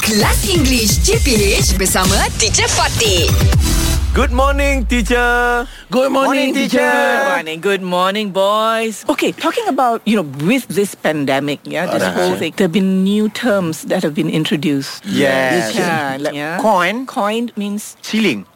Kelas English CPH bersama Teacher Fatih. Good morning, teacher. Good morning, teacher. Good morning. Good morning, boys. Okay, talking about, you know, with this pandemic, yeah, this Alright. whole thing, there have been new terms that have been introduced. Yes. Yeah, like, yeah. Coin Coined means Siling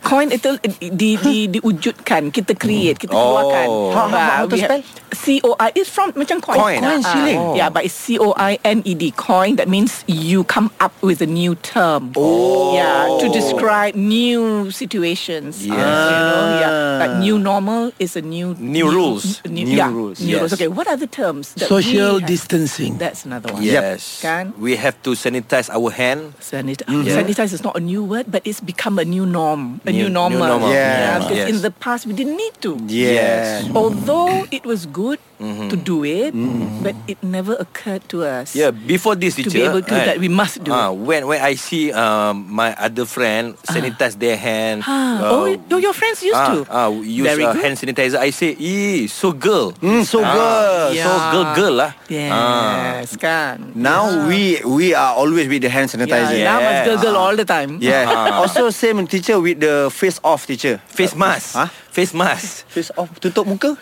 coin itu eh, di di diwujudkan kita create kita keluarkan Oh. How- how- how to we have- C O I it's from macam coin Coin, ah. Coin shilling. Ah, yeah but it's C O I N E D coin that means you come up with a new term oh yeah to describe new situations Yes. you know yeah like new normal is a new New rules. New new, yeah, rules, new rules yes. okay what are the terms that we Social have? distancing. that's another one Yes. Kan? We have to sanitize our hand. Sanit- Yeah. Sanitize is not a new word, but it's become a new norm, a New- new new, normal. normal. Yeah. because Yes. in the past we didn't need to. Yes. Although it was good to do it, but it never occurred to us. Yeah, before this To teacher be able to do that, we must do Ah, when when I see um, my other friend sanitize their hand, um, Ah, oh, your- your friends used ah, to. ah, use Very uh, good. hand sanitizer. I say, ee, so girl, Mm, so Ah, good. so girl, girl lah. Ah. Yes, kan. Now we we are always with the hand yeah, sanitizer. now Yes. must gurgle all the time. Yeah. also same teacher with the face off teacher. Face mask, Huh? face mask. Face off tutup muka.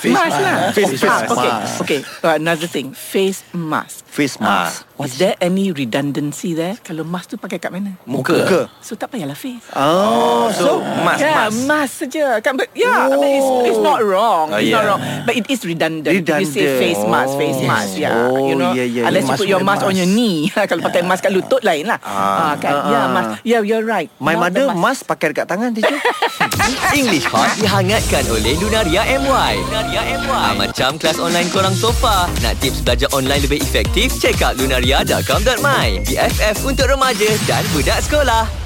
Face mask lah. Face Ah, mask. Okay, okay. Uh, another thing, face mask. Face mask. Is there any redundancy there? Kalau mask tu pakai kat mana? Muka. Muka. So tak payahlah face. Oh, So, mask, yeah, mask. mask Ya, saja. Kan, but yeah, I mean, it's, it's not wrong. Ah, it's not yeah. wrong. But it is redundant. You say Oh. Redundant. face mask, face Yes. mask. Yeah, Oh, you know. yeah, yeah, Unless you you must put your wear mask, on your mask. knee. Kalau pakai mask kat lutut lain lah. Ah, kan. yeah, mask. Yeah, you're right. my Not the mother mask pakai dekat tangan teacher. English Hot dihangatkan oleh Lunaria MY. Lunaria MY. Ah, macam kelas online korang sofa. Nak tips belajar online lebih efektif? Check out lunaria.com.my. BFF untuk remaja dan budak sekolah.